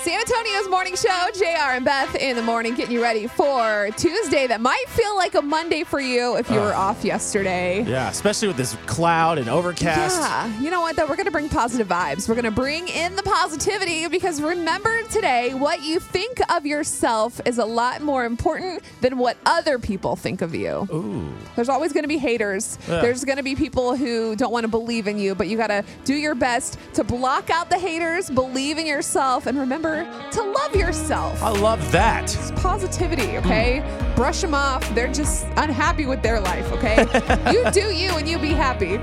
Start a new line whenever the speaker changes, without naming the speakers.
San Antonio's morning show, JR and Beth in the morning, getting you ready for Tuesday that might feel like a Monday for you if you were off yesterday.
Yeah, especially with this cloud and overcast.
Yeah, you know what though? We're going to bring positive vibes. We're going to bring in the positivity because remember today, what you think of yourself is a lot more important than what other people think of you.
Ooh.
There's always going to be haters.
Yeah.
There's going to be people who don't want to believe in you, but you got to do your best to block out the haters, believe in yourself, and remember to love yourself.
I love that.
It's positivity, okay? Brush them off. They're just unhappy with their life, okay? you do you and you be happy.